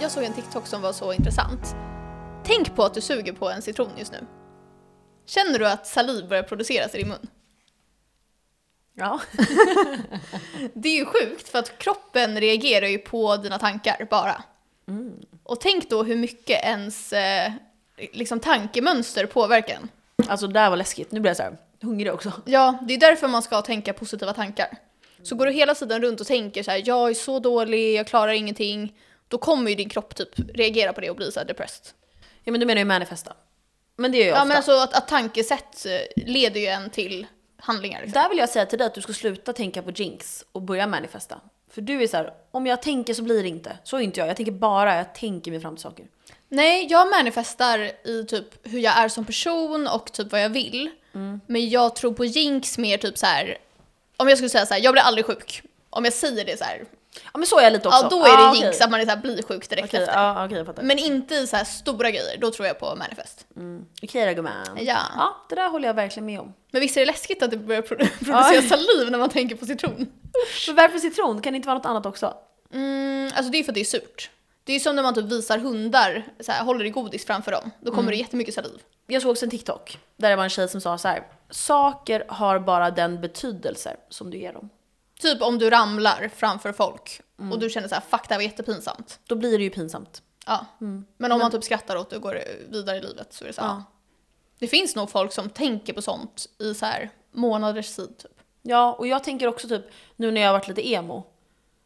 Jag såg en TikTok som var så intressant. Tänk på att du suger på en citron just nu. Känner du att saliv börjar produceras i din mun? Ja. Det är ju sjukt för att kroppen reagerar ju på dina tankar bara. Och tänk då hur mycket ens eh, liksom tankemönster påverkar en. Alltså det här var läskigt, nu blir jag så här hungrig också. Ja, det är därför man ska tänka positiva tankar. Så går du hela tiden runt och tänker så här, jag är så dålig, jag klarar ingenting. Då kommer ju din kropp typ reagera på det och bli så här depressed. Ja men du menar ju manifesta. Men det gör jag Ja ofta. men alltså att, att tankesätt eh, leder ju en till handlingar. Liksom. Där vill jag säga till dig att du ska sluta tänka på jinx och börja manifesta. För du är så här, om jag tänker så blir det inte. Så är inte jag, jag tänker bara, jag tänker mig fram till saker. Nej, jag manifestar i typ hur jag är som person och typ vad jag vill. Mm. Men jag tror på jinx mer typ så här. om jag skulle säga så här, jag blir aldrig sjuk. Om jag säger det så här, Ja men så är jag lite också. ja då är det Ah, jinx okej. att man är så här, blir sjuk direkt Okej, efter. ja, Mm. okej jag fattar. Men inte i så här stora grejer, då tror jag på manifest. Okej då gumman. Ja. ja, det där håller jag verkligen med om. Men visst är det läskigt att det börjar <laughs> produ- producera saliv när man tänker på citron? Men varför citron? Kan det inte vara något annat också? Mm, alltså det är ju för att det är surt. Det är ju som när man typ visar hundar, så här, håller i godis framför dem, då Mm. kommer det jättemycket saliv. Jag såg också en TikTok där det var en tjej som sa så här. Saker har bara den betydelse som du ger dem. Typ om du ramlar framför folk Mm. och du känner så här, fuck det här var jättepinsamt. Då blir det ju pinsamt. Ja. Men om man typ skrattar åt det och går vidare i livet så är det så här. Mm. Ja. Det finns nog folk som tänker på sånt i så här månaders tid typ. Ja, och jag tänker också typ nu när jag har varit lite emo.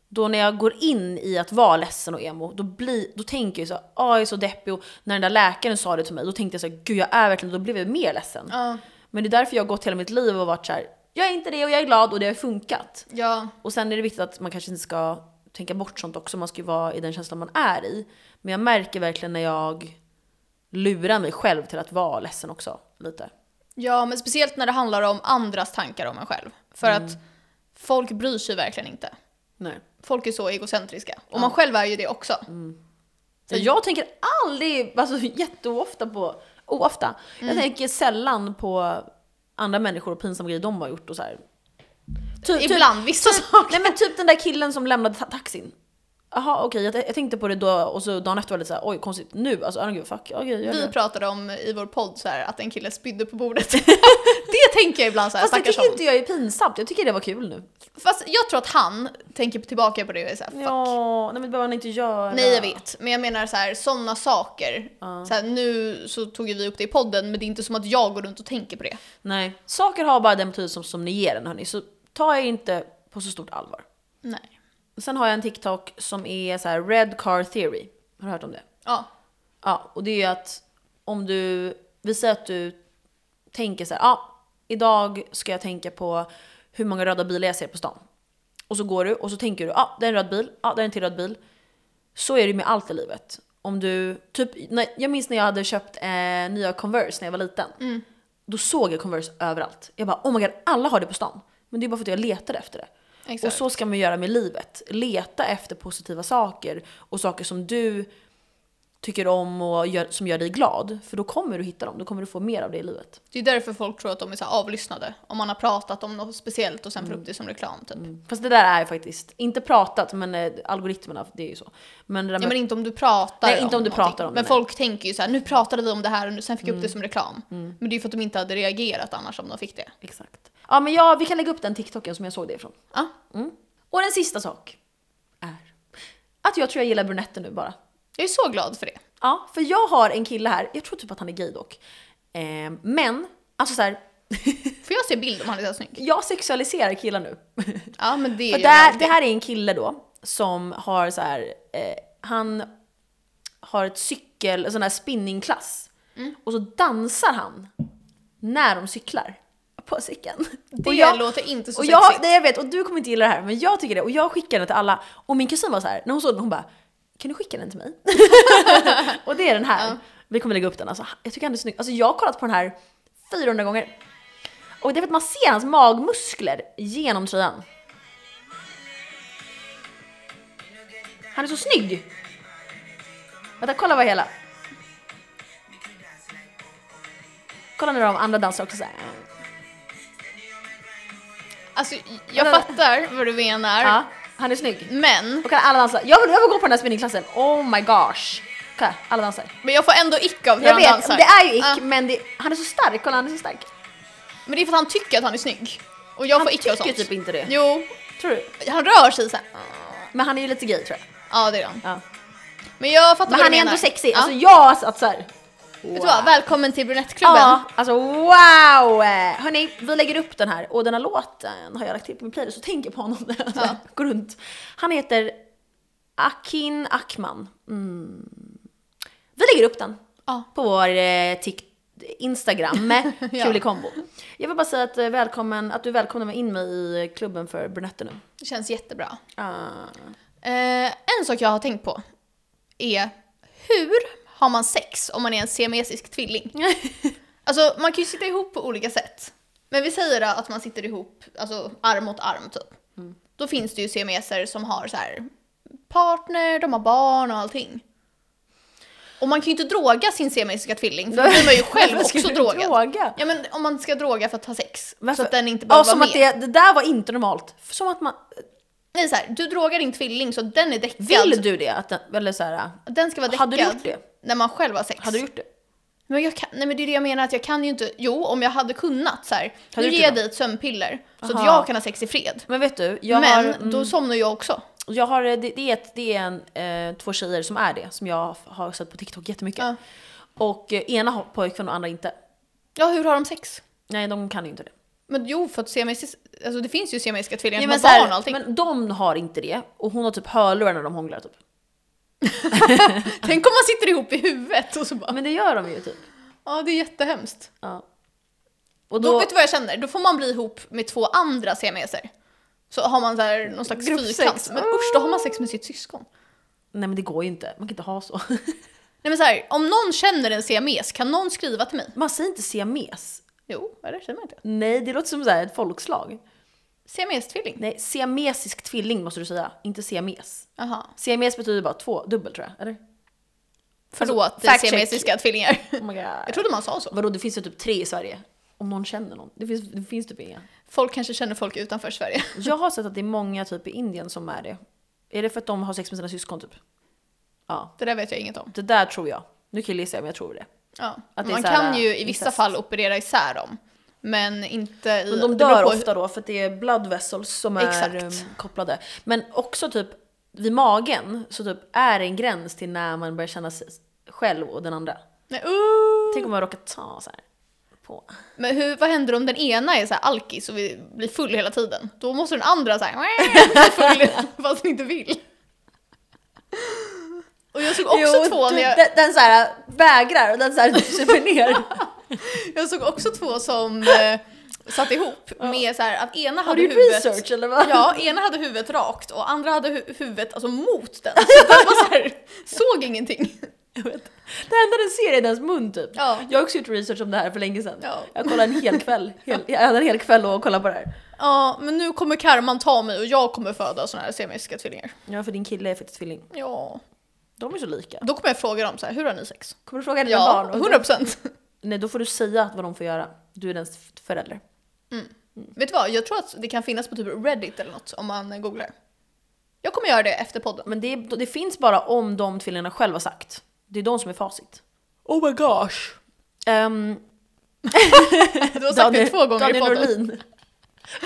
Då när jag går in i att vara ledsen och emo, då, blir, då tänker jag så här, ah, jag är så deppig och när den där läkaren sa det till mig, då tänkte jag så här, gud jag är verkligen, då blev jag mer ledsen. Ja. Men det är därför jag har gått hela mitt liv och varit så här, jag är inte det och jag är glad och det har funkat. Ja. Och sen är det viktigt att man kanske inte ska tänka bort sånt också, man ska ju vara i den känslan man är i. Men jag märker verkligen när jag lurar mig själv till att vara ledsen också, lite. ja, men speciellt när det handlar om andras tankar om en själv. För Mm. att folk bryr sig verkligen inte. Nej. Folk är så egocentriska. Och man själv är ju det också. Mm. Så jag tänker aldrig, alltså jätteofta på, oofta, jag tänker sällan på andra människor och pinsamma grejer de har gjort och så här. Typ, Ibland, vissa typ, saker. Nej men typ den där killen som lämnade ta- taxin. Jaha okej, jag, jag tänkte på det då och så dagen efter var det så här, oj konstigt nu, alltså oh, gud, fuck, okej jag gör Vi det. pratade om i vår podd så här, att en kille spydde <laughs> på bordet. det tänker jag ibland så här, Fast det stackars tycker honom. inte jag är pinsamt, jag tycker det var kul nu. Fast jag tror att han tänker tillbaka på det och är så här, fuck. Ja, nej men det behöver man inte göra. Nej jag vet, men jag menar så här, sådana saker. Så här, nu så tog ju vi upp det i podden men det är inte som att jag går runt och tänker på det. Nej, saker har bara den betydelse som, som ni ger den hörni, så ta er inte på så stort allvar. Nej. Sen har jag en TikTok som är så här red car theory. Har du hört om det? Ja. Ja, och det är ju att om du, vi säger att du tänker så här, ja, idag ska jag tänka på hur många röda bilar jag ser på stan. Och så går du och så tänker du, ja, det är en röd bil, ja, det är en till röd bil. Så är det med allt i livet. Om du, typ, när, jag minns när jag hade köpt eh, nya Converse när jag var liten. Då såg jag Converse överallt. Jag bara, oh my god, alla har det på stan. Men det är bara för att jag letade efter det. Exakt. Och så ska man göra med livet. Leta efter positiva saker och saker som du tycker om och gör, som gör dig glad. För då kommer du hitta dem, då kommer du få mer av det i livet. Det är därför folk tror att de är så här avlyssnade. Om man har pratat om något speciellt och sen Mm. får upp det som reklam typ. Fast det där är faktiskt, inte pratat men eh, algoritmerna, det är ju så. Men det där Ja med, men inte om du pratar Nej, inte om du någonting. pratar om det, Men nej. Mm. folk tänker ju så här, nu pratade vi om det här och nu, sen fick jag upp det som reklam. Men det är ju för att de inte hade reagerat annars om de fick det. Exakt. Ja men ja, vi kan lägga upp den TikToken som jag såg det ifrån. Ja. Och den sista sak är att jag tror jag gillar brunetter nu bara. Jag är så glad för det. Ja, för jag har en kille här, jag tror typ att han är gay dock. Eh, men, alltså såhär, Får jag se bild om han är så här snygg? jag sexualiserar killar nu. <laughs> Ja men det är För ju där, en- det här är en kille då som har så här, eh, han har ett cykel, en sån här spinningklass. Och så dansar han när de cyklar på cykeln. det låter inte så och jag, sexigt. nej, jag vet, och du kommer inte gilla det här, men jag tycker det. Och jag skickar den till alla. Och min kusin var så här, när hon såg den, hon bara kan du skicka den till mig? <laughs> och det är den här. Vi kommer lägga upp den. Alltså, jag tycker han är snygg. Alltså, jag har kollat på den här 400 gånger. Och det är för att man ser hans magmuskler genom tröjan. Han är så snygg! Vänta, kolla vad hela... Kolla när de andra dansar också såhär. Alltså jag fattar vad du menar. Ja. Han är snygg. Men, Och kan alla dansa. Jag vill, jag vill gå på den här spinningklassen. Oh my gosh. Kolla, alla dansar. men jag får ändå ick av hur Jag han vet, dansar. det är ju ick, Ja, men det, han är så stark. Kolla, han är så stark. men det är för att han tycker att han är snygg. Och jag Han får ick av tycker sånt. typ inte det. Jo, Tror du? han rör sig såhär. Men han är ju lite gay tror jag. Ja, det är han. Ja. Men jag fattar Men vad han du är menar. ändå sexig. Ja. Alltså jag satt såhär. Vet du vad? Välkommen till brunettklubben. Ja, alltså wow! Hörni, vi lägger upp den här och den här låten har jag lagt till på min playlist och tänker på honom <laughs> när jag så här går runt. Han heter Akin Akman. Mm. Vi lägger upp den Ja. på vår eh, Tik- Instagram med <laughs> Ja. kul i kombo. Jag vill bara säga att, eh, välkommen, att du välkomnar mig in mig i klubben för brunetter nu. Det känns jättebra. Ah. Eh, en sak jag har tänkt på är hur har man sex om man är en siamesisk <laughs> tvilling? Alltså man kan ju sitta ihop på olika sätt. Men vi säger då att man sitter ihop, alltså arm mot arm typ. Mm. Då finns det ju siameser som har så här partner, de har barn och allting. Och man kan ju inte droga sin siamesiska tvilling för då blir <laughs> man ju själv Varför skulle också du drogad. droga? Ja men om man ska droga för att ha sex. Så Varför? att den inte Ja, behöver vara som med. att det, det där var inte normalt. Som att man... Nej så här, du drogar din tvilling så den är däckad. Vill du det? Att den, eller så här, Den ska vara däckad. Hade du gjort det? När man själv har sex. hade du gjort det? Men, jag kan, nej, men det är det jag menar att jag kan ju inte. Jo, om jag hade kunnat så här. Hade nu du ger jag kunnat? dig ett sömnpiller så att Aha. jag kan ha sex i fred. Men vet du, jag men har... mm, då somnar jag också. Jag har, det, det är, ett, det är en, eh, två tjejer som är det, som jag har sett på TikTok jättemycket. Ja. Och eh, ena har pojkvän och andra inte. Ja, hur har de sex? Nej, de kan ju inte det. Men jo, för att siamesis, alltså det finns ju siamesiska tvillingar Ja, som har så här, barn och allting. men de har inte det, och hon har typ hörlurar när de hånglar typ. <laughs> Tänk om man sitter ihop i huvudet och så bara, Men det gör de ju typ. ja det är jättehemskt. Ja. Och Då, då, vet du vad jag känner? Då får man bli ihop med två andra siameser. Så har man så här någon slags Gruppsex. fyrkant. Men usch, då har man sex med sitt syskon. nej men det går ju inte, man kan inte ha så. <laughs> Nej men så här, om någon känner en siames, kan någon skriva till mig? Man säger inte siames. Jo, eller känner man inte? Nej, det låter som så här ett folkslag. Siamestvilling? Nej, siamesisk tvilling måste du säga, inte siames. Jaha. Siames betyder bara två, dubbel tror jag, eller? Förlåt, fact check. <laughs> siamesiska tvillingar. Oh my god. Jag trodde man sa så. Vadå, det finns ju typ tre i Sverige. Om någon känner någon. Det finns, det finns typ inga. Folk kanske känner folk utanför Sverige. Jag har sett att det är många typ i Indien som är det. Är det för att de har sex med sina syskon typ? Ja. Det där vet jag inget om. Det där tror jag. Nu kan jag gissa men jag tror det. Ja. Att det är man så här, kan ju i incest. vissa fall operera isär dem. Men inte i... Men de det beror dör på- ofta då för att det är blood vessels som är Exakt. ehm, kopplade. Men också typ vid magen så typ är det en gräns till när man börjar känna sig själv och den andra. Nej, uh. Tänk om man råkar ta så här på. Men hur, vad händer om den ena är så här alkis och vill bli full hela tiden? Då måste den andra så här <laughs> bli full fast den inte vill. Och jag såg också två när jag... den, den så här vägrar och den så här super <laughs> ner. Jag såg också två som eh, satt ihop med så här att ena Har hade du gjort huvudet... research eller vad? Ja, ena hade huvudet rakt och andra hade hu- huvudet alltså <laughs> mot den. Så den var så här, såg ingenting. Jag vet. Det enda den ser är dens mun typ. Ja. Jag har också gjort research om det här för länge sedan. Ja. Jag kollade en hel kväll. Hel, jag hade en hel kväll och kollade på det här. Ja, men nu kommer karman ta mig och jag kommer föda såna här semiska tvillingar. Ja för din kille är faktiskt tvilling. Ja. De är så lika. Då kommer jag fråga dem så här, hur har ni sex? Kommer du fråga dina Ja, barn? 100 procent. Nej då får du säga vad de får göra. Du är dens f- förälder. Vet du vad, jag tror att det kan finnas på typ Reddit eller något om man googlar. Jag kommer göra det efter podden. Men det, är, det finns bara om de tvillingarna själva har sagt. Det är de som är facit. Oh my gosh. Ehm, Du har sagt det två gånger Daniel i podden. Norlin.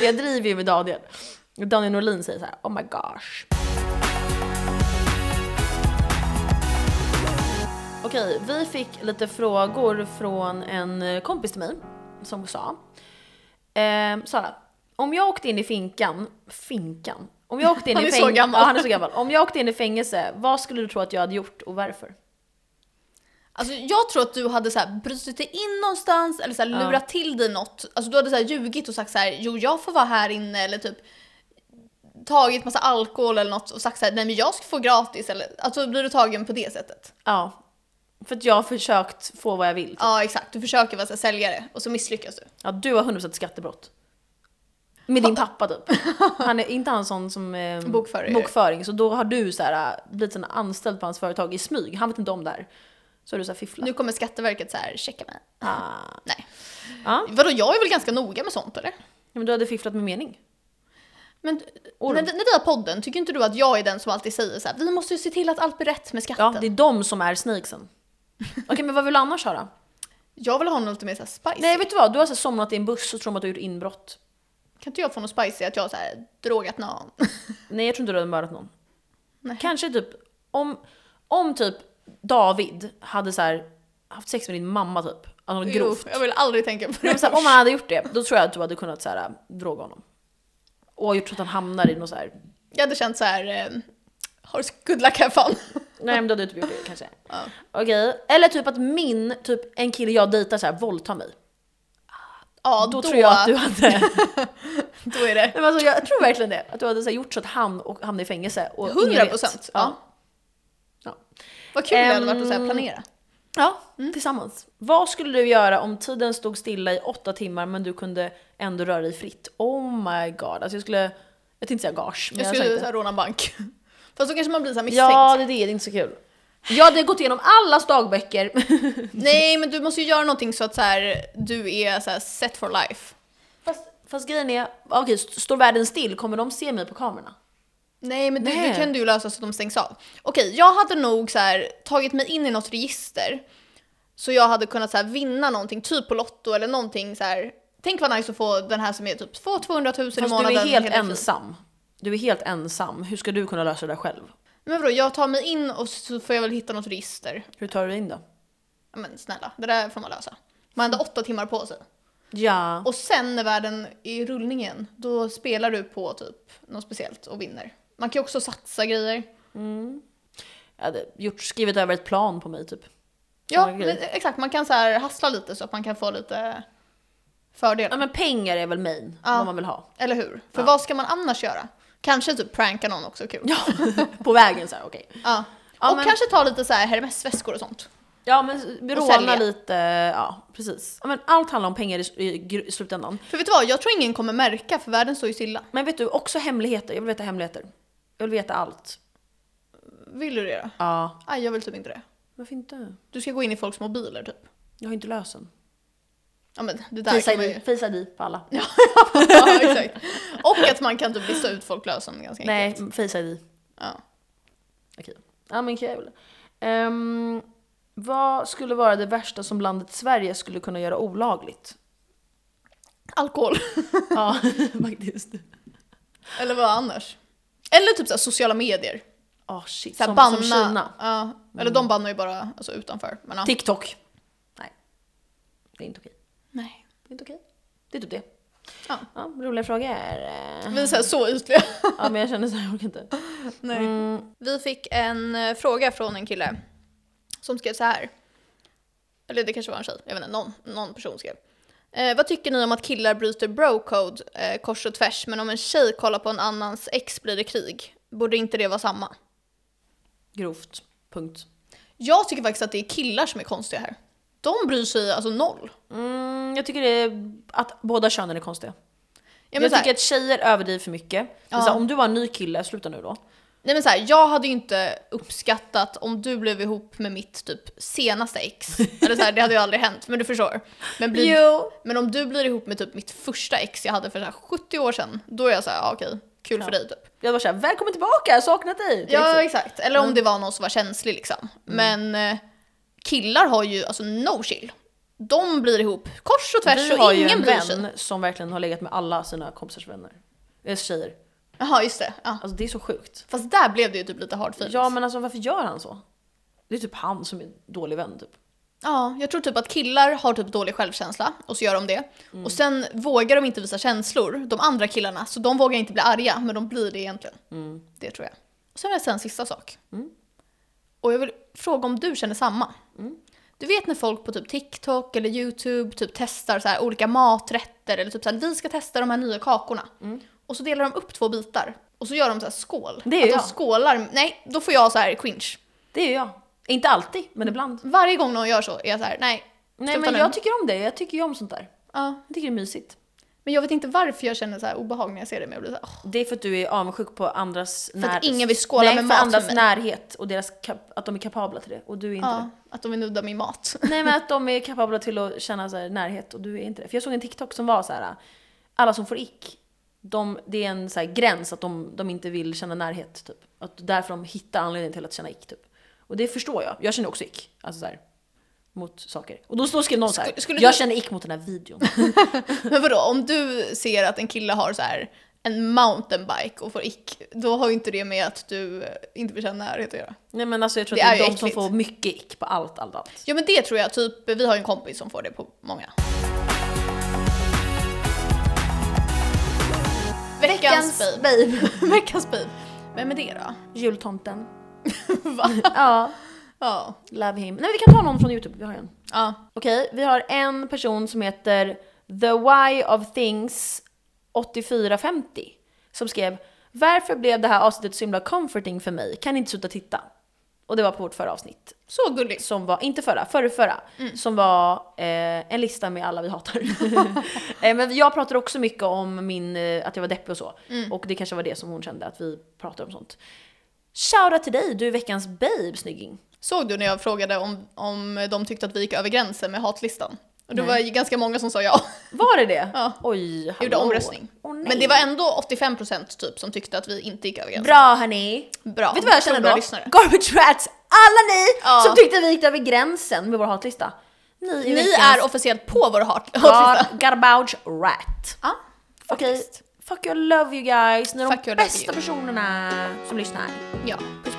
Jag driver ju med Daniel. Daniel Norlin säger så här: oh my gosh. Okej, vi fick lite frågor från en eh, kompis till mig som sa. Eh, Sara, om jag åkte in i finkan, finkan? Om jag åkte in Han i är så fäng- gammal. Ja, han är så gammal. Om jag åkte in i fängelse, vad skulle du tro att jag hade gjort och varför? Alltså jag tror att du hade så här brutit dig in någonstans eller så här lurat till dig något. Alltså du hade så här ljugit och sagt så här: jo jag får vara här inne eller typ tagit massa alkohol eller något och sagt så här, nej men jag ska få gratis eller alltså blir du tagen på det sättet. Ja, för att jag har försökt få vad jag vill. Ja exakt, du försöker vara så här, säljare och så misslyckas du. Ja, du har 100% skattebrott. Med din pappa typ. Han är inte han sån som... Eh, Bokförare. bokföring. Så då har du så här, äh, blivit en anställd på hans företag i smyg. Han vet inte om det här. Så har du så här fifflat. Nu kommer Skatteverket så här checka mig. Ah. Nej. Ja. Vadå jag är väl ganska noga med sånt eller? Ja, Men du hade fifflat med mening. Men Orm. när, när vi har podden, tycker inte du att jag är den som alltid säger så här, vi måste ju se till att allt blir rätt med skatten? Ja, det är de som är snakesen. Okej, men vad vill du annars <laughs> höra? Jag vill ha något lite mer så här spicy. Nej, vet du vad? Du har så här somnat i en buss och tror att du har gjort inbrott. Kan inte jag få något spicy att jag har så här drogat någon? Nej, jag tror inte du hade mördat någon. Nej. Kanske typ om, om typ David hade så här, haft sex med din mamma typ. Alltså något grovt. <laughs> Jo, jag vill aldrig tänka på Nej, det. men så här, om han hade gjort det, då tror jag att du hade kunnat så här, droga honom. Och gjort så att han hamnar i något så här. Jag hade känt så här, eh, har du good luck här fan. Nej men då hade du typ gjort det kanske. Ja. Okej. Eller typ att min, typ en kille jag dejtar så här, våldtar mig. <laughs> Ja, Då, tror jag att du hade... <laughs> Nej, då är det men alltså, jag tror verkligen det. Att du hade så här, gjort så att han och, hamnade i fängelse. Och ingen vet. 100 procent. Ja. Ja. Ja. Vad kul det hade Ehm, varit att så här planera. Ja, tillsammans. Vad skulle du göra om tiden stod stilla i åtta timmar men du kunde ändå röra dig fritt? Oh my god. Alltså jag skulle... Jag tänkte säga gage. men Jag jag skulle tänkte- så här, råna en bank. <laughs> Fast då kanske man blir så här misstänkt. Ja, det är det. Det är inte så kul. Jag hade gått igenom allas dagböcker. Nej, men du måste ju göra någonting så att så här, du är så här, set for life. <laughs> Fast, fast grejen är, okej, st- står världen still, kommer de se mig på kamerorna? Nej, men Det, Nej. det kan du ju lösa så att de stängs av. Okej, jag hade nog så här, tagit mig in i något register så jag hade kunnat så här, vinna någonting, typ på Lotto eller någonting så här. Tänk vad nice att få den här som är typ få 200 000 i Fast du månaden. är helt hela tiden. ensam. Du är helt ensam. Hur ska du kunna lösa det där själv? Men vadå, jag tar mig in och så får jag väl hitta något register. Hur tar du dig in då? Ja, Men snälla, det där får man lösa. Man hade åtta timmar på sig. Ja. Och sen när världen är i rullning igen, då spelar du på typ något speciellt och vinner. Man kan ju också satsa grejer. Jag hade gjort, skrivit över ett plan på mig typ. Ja, Såna grejer. men eh, exakt. Man kan så här hassla lite så att man kan få lite fördelar. Ja men pengar är väl main, Ja. vad man vill ha. Eller hur? För Ja. vad ska man annars göra? Kanske typ pranka någon också, kul. Ja, på vägen så här, okej. Ja. Ja, och men- kanske ta lite så här Hermes-väskor och sånt. Ja men råna sälja. lite, ja precis. Ja, men allt handlar om pengar i, i, gr- i slutändan. För vet du vad, jag tror ingen kommer märka för världen står ju stilla. Men vet du, också hemligheter. Jag vill veta hemligheter. Jag vill veta allt. Vill du det då? Ja. Aj, jag vill typ inte det. Varför inte? Du ska gå in i folks mobiler typ. Jag har inte lösen. Ja men det där Face kan man ju... ID, face ID på alla. <laughs> ja, exakt. Och att man kan typ lista ut folklösen ganska Nej, enkelt. Face ID. Ja. Okej. Ja men kul. Ehm, vad skulle vara det värsta som landet Sverige skulle kunna göra <laughs> olagligt? Alkohol. Ja, <laughs> faktiskt. Eller vad annars? Eller typ så här, sociala medier. Ah shit, Så här, som, banna. som Kina. Mm. Ja. Eller de bannar ju bara alltså, utanför. Men, ja. TikTok. Nej. Det är inte okej. Nej. Det är inte okej. Det är typ det. Ja. Ja, roliga frågor. Eh, Vi är så, här, så ytliga. <laughs> <laughs> Ja men jag känner såhär, jag orkar inte. Nej. Mm, Vi fick en eh, fråga från en kille som skrev så här. Eller det kanske var en tjej, jag vet inte, någon, någon person skrev. Eh, vad tycker ni om att killar bryter bro-code eh, kors och tvärs men om en tjej kollar på en annans ex blir det krig? Borde inte det vara samma? grovt. Punkt. Jag tycker faktiskt att det är killar som är konstiga här. De bryr sig alltså noll. Mm, jag tycker det är att båda könen är konstiga. Ja, men jag så här, tycker att tjejer överdriver för mycket. Men Ja. så här, om du var en ny kille, sluta nu då. Nej men så här, jag hade ju inte uppskattat om du blev ihop med mitt typ senaste <laughs> ex. Eller så här, det hade ju aldrig hänt, men du förstår. Men, blir, Jo. men om du blir ihop med typ mitt första ex jag hade för så här 70 år sedan, då är jag så här, ja, okej, kul Ja. för dig typ. liksom- Jag var såhär, välkommen tillbaka, jag har saknat dig! Typ Ja Direkt exakt, eller om det var någon som var känslig liksom. Men eh, killar har ju alltså no chill. De blir ihop kors och så. tvärs Vi och har ju en ingen bryr sig. vän som verkligen har legat med alla sina kompisars vänner. Eh, tjejer. Jaha just det, ja. Alltså det är så sjukt. Fast där blev det ju typ lite hard feelings. Ja men alltså varför gör han så? Det är typ han som är dålig vän typ. Ja, jag tror typ att killar har typ dålig självkänsla och så gör de det. Mm. Och sen vågar de inte visa känslor, de andra killarna, så de vågar inte bli arga, men de blir det egentligen. Mm. Det tror jag. Och sen har jag sen en sista sak. Och jag vill fråga om du känner samma. Mm. Du vet när folk på typ TikTok eller YouTube typ testar så här olika maträtter eller typ så här, vi ska testa de här nya kakorna. Och så delar de upp två bitar och så gör de så här skål. Mm. Det är att de jag. skålar, nej, då får jag så här cringe. Det är ju jag. Inte alltid, men ibland. Varje gång någon gör så är jag så här, nej. Nej sluta men nu. jag tycker om det, jag tycker ju om sånt där. Ja. Jag tycker det är mysigt. Men jag vet inte varför jag känner så här obehag när jag ser det, men jag blir så här, åh. Det är för att du är avundsjuk på andras att när- ingen vill skåla Nej, med för mat med andras mig. närhet och deras kap- att de är kapabla till det och du är inte ja, att de vill nudda min mat. <laughs> det. Nej men att de är kapabla till att känna så här närhet och du är inte det. För jag såg en TikTok som var så här alla som får ick de, det är en så här gräns att de, de inte vill känna närhet. Typ. Att därför de hittar anledningen till att känna ick. Typ. Och det förstår jag. Jag känner också ick. Alltså så här, mot saker. Och då, då skrev någon så här, Skulle- skulle jag du- känner ick mot den här <laughs> videon. Men vadå, om du ser att en kille har så här en mountainbike och får ick, då har ju inte det med att du eh, inte vill känna närhet att göra. Nej men alltså jag tror Det att det är är, ju de som äckligt. får mycket ick på allt, allt, allt. Ja men det tror jag, typ vi har ju en kompis som får det på många. Veckans babe. babe. <laughs> Veckans babe. Vem är det då? <laughs> Jultomten. Va? Ja, Ja. love him. Nej men vi kan ta någon från YouTube, vi har en. ja. Okej, vi har en person som heter The Why of Things 8450 som skrev Varför blev det här avsnittet så himla comforting för mig? Kan inte sluta titta. Och det var på vårt förra avsnitt. Så gulligt. Som var, inte förra, förra, förra. Mm. Som var eh, en lista med alla vi <laughs> hatar. eh, men jag pratade också mycket om min, eh, att jag var deppig och så. Mm. Och det kanske var det som hon kände, att vi pratade om sånt. Shoutout till dig, du är veckans babe snygging. Såg du när jag frågade om, om de tyckte att vi gick över gränsen med hatlistan? Och det Nej. var ju ganska många som sa ja. <laughs> Var det det? Ja. Oj, hallå. Gjorde omröstning. Åh, nej. Men det var ändå 85% typ som tyckte att vi inte gick över gränsen. Bra hörni! Bra. Vet du vad jag känner Bra då? lyssnare. Garbage rats! Alla ni Ja. som tyckte vi gick över gränsen med vår hatlista. Ni är, Ni veckans är officiellt på vår hat- hatlista. gar- garbage rat. Ja, Okej, faktiskt. fuck you, I love you guys. Ni är Fuck you, de I love bästa you. personerna som lyssnar. Ja. Puss